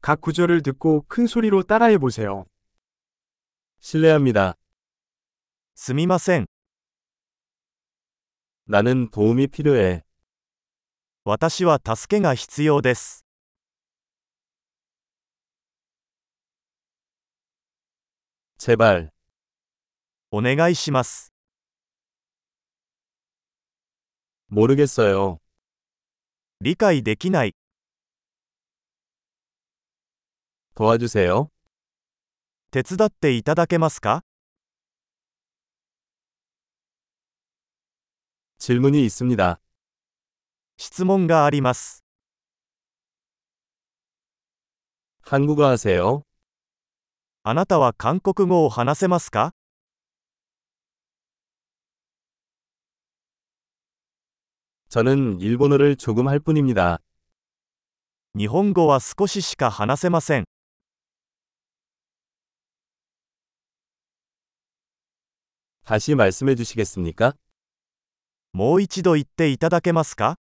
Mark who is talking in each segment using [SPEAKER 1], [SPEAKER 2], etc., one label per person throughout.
[SPEAKER 1] 각 구절을 듣고 큰 소리로 따라해 보세요. 실례합니다.
[SPEAKER 2] すみません。
[SPEAKER 1] 나는 도움이 필요해.
[SPEAKER 2] 私は助けが必要です。
[SPEAKER 1] 제발.
[SPEAKER 2] お願いします。
[SPEAKER 1] 모르겠어요.
[SPEAKER 2] 理解できない。
[SPEAKER 1] 도와주세요.
[SPEAKER 2] 手伝っていただけますか
[SPEAKER 1] 질문이 있습니다.
[SPEAKER 2] 質問があります。
[SPEAKER 1] 한국어 하세요?
[SPEAKER 2] あなたは韓国語を話せますか
[SPEAKER 1] 저는 일본어를 조금 할 뿐입니다.
[SPEAKER 2] 日本語は少ししか話せません。
[SPEAKER 1] 다시 말씀해 주시겠습니까?
[SPEAKER 2] もう一度言っていただけますか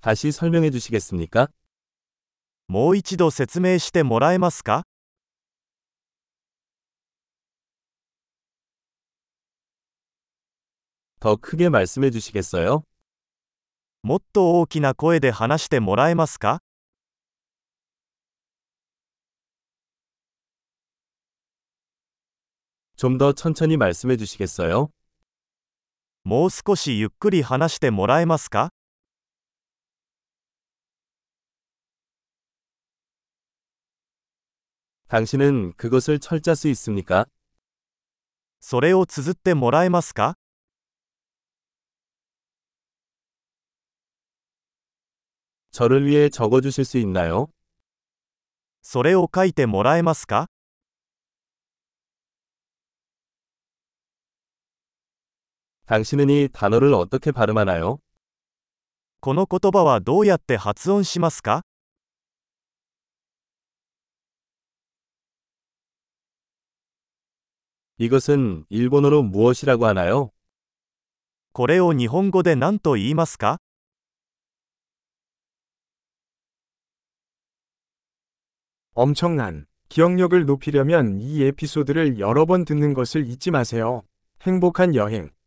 [SPEAKER 1] 다시 설명해 주시겠습니까?
[SPEAKER 2] もう一度説明してもらえますか
[SPEAKER 1] 더 크게 말씀해 주시겠어요?
[SPEAKER 2] もっと大きな声で話してもらえますか
[SPEAKER 1] 좀 더 천천히 말씀해 주시겠어요?
[SPEAKER 2] もう少しゆっくり話してもらえますか
[SPEAKER 1] 당신은 그것을 철자 수 있습니까?
[SPEAKER 2] それを綴ってもらえますか
[SPEAKER 1] 저를 위해 적어 주실 수 있나요?
[SPEAKER 2] それを書いてもらえますか
[SPEAKER 1] 당신은 이 단어를 어떻게 발음하나요?
[SPEAKER 2] この言葉はどうやって発音しますか
[SPEAKER 1] 이것은 일본어로 무엇이라고 하나요?
[SPEAKER 2] これを日本語で何と言いますか
[SPEAKER 1] 엄청난 기억력을 높이려면 이 에피소드를 여러 번 듣는 것을 잊지 마세요. 행복한 여행.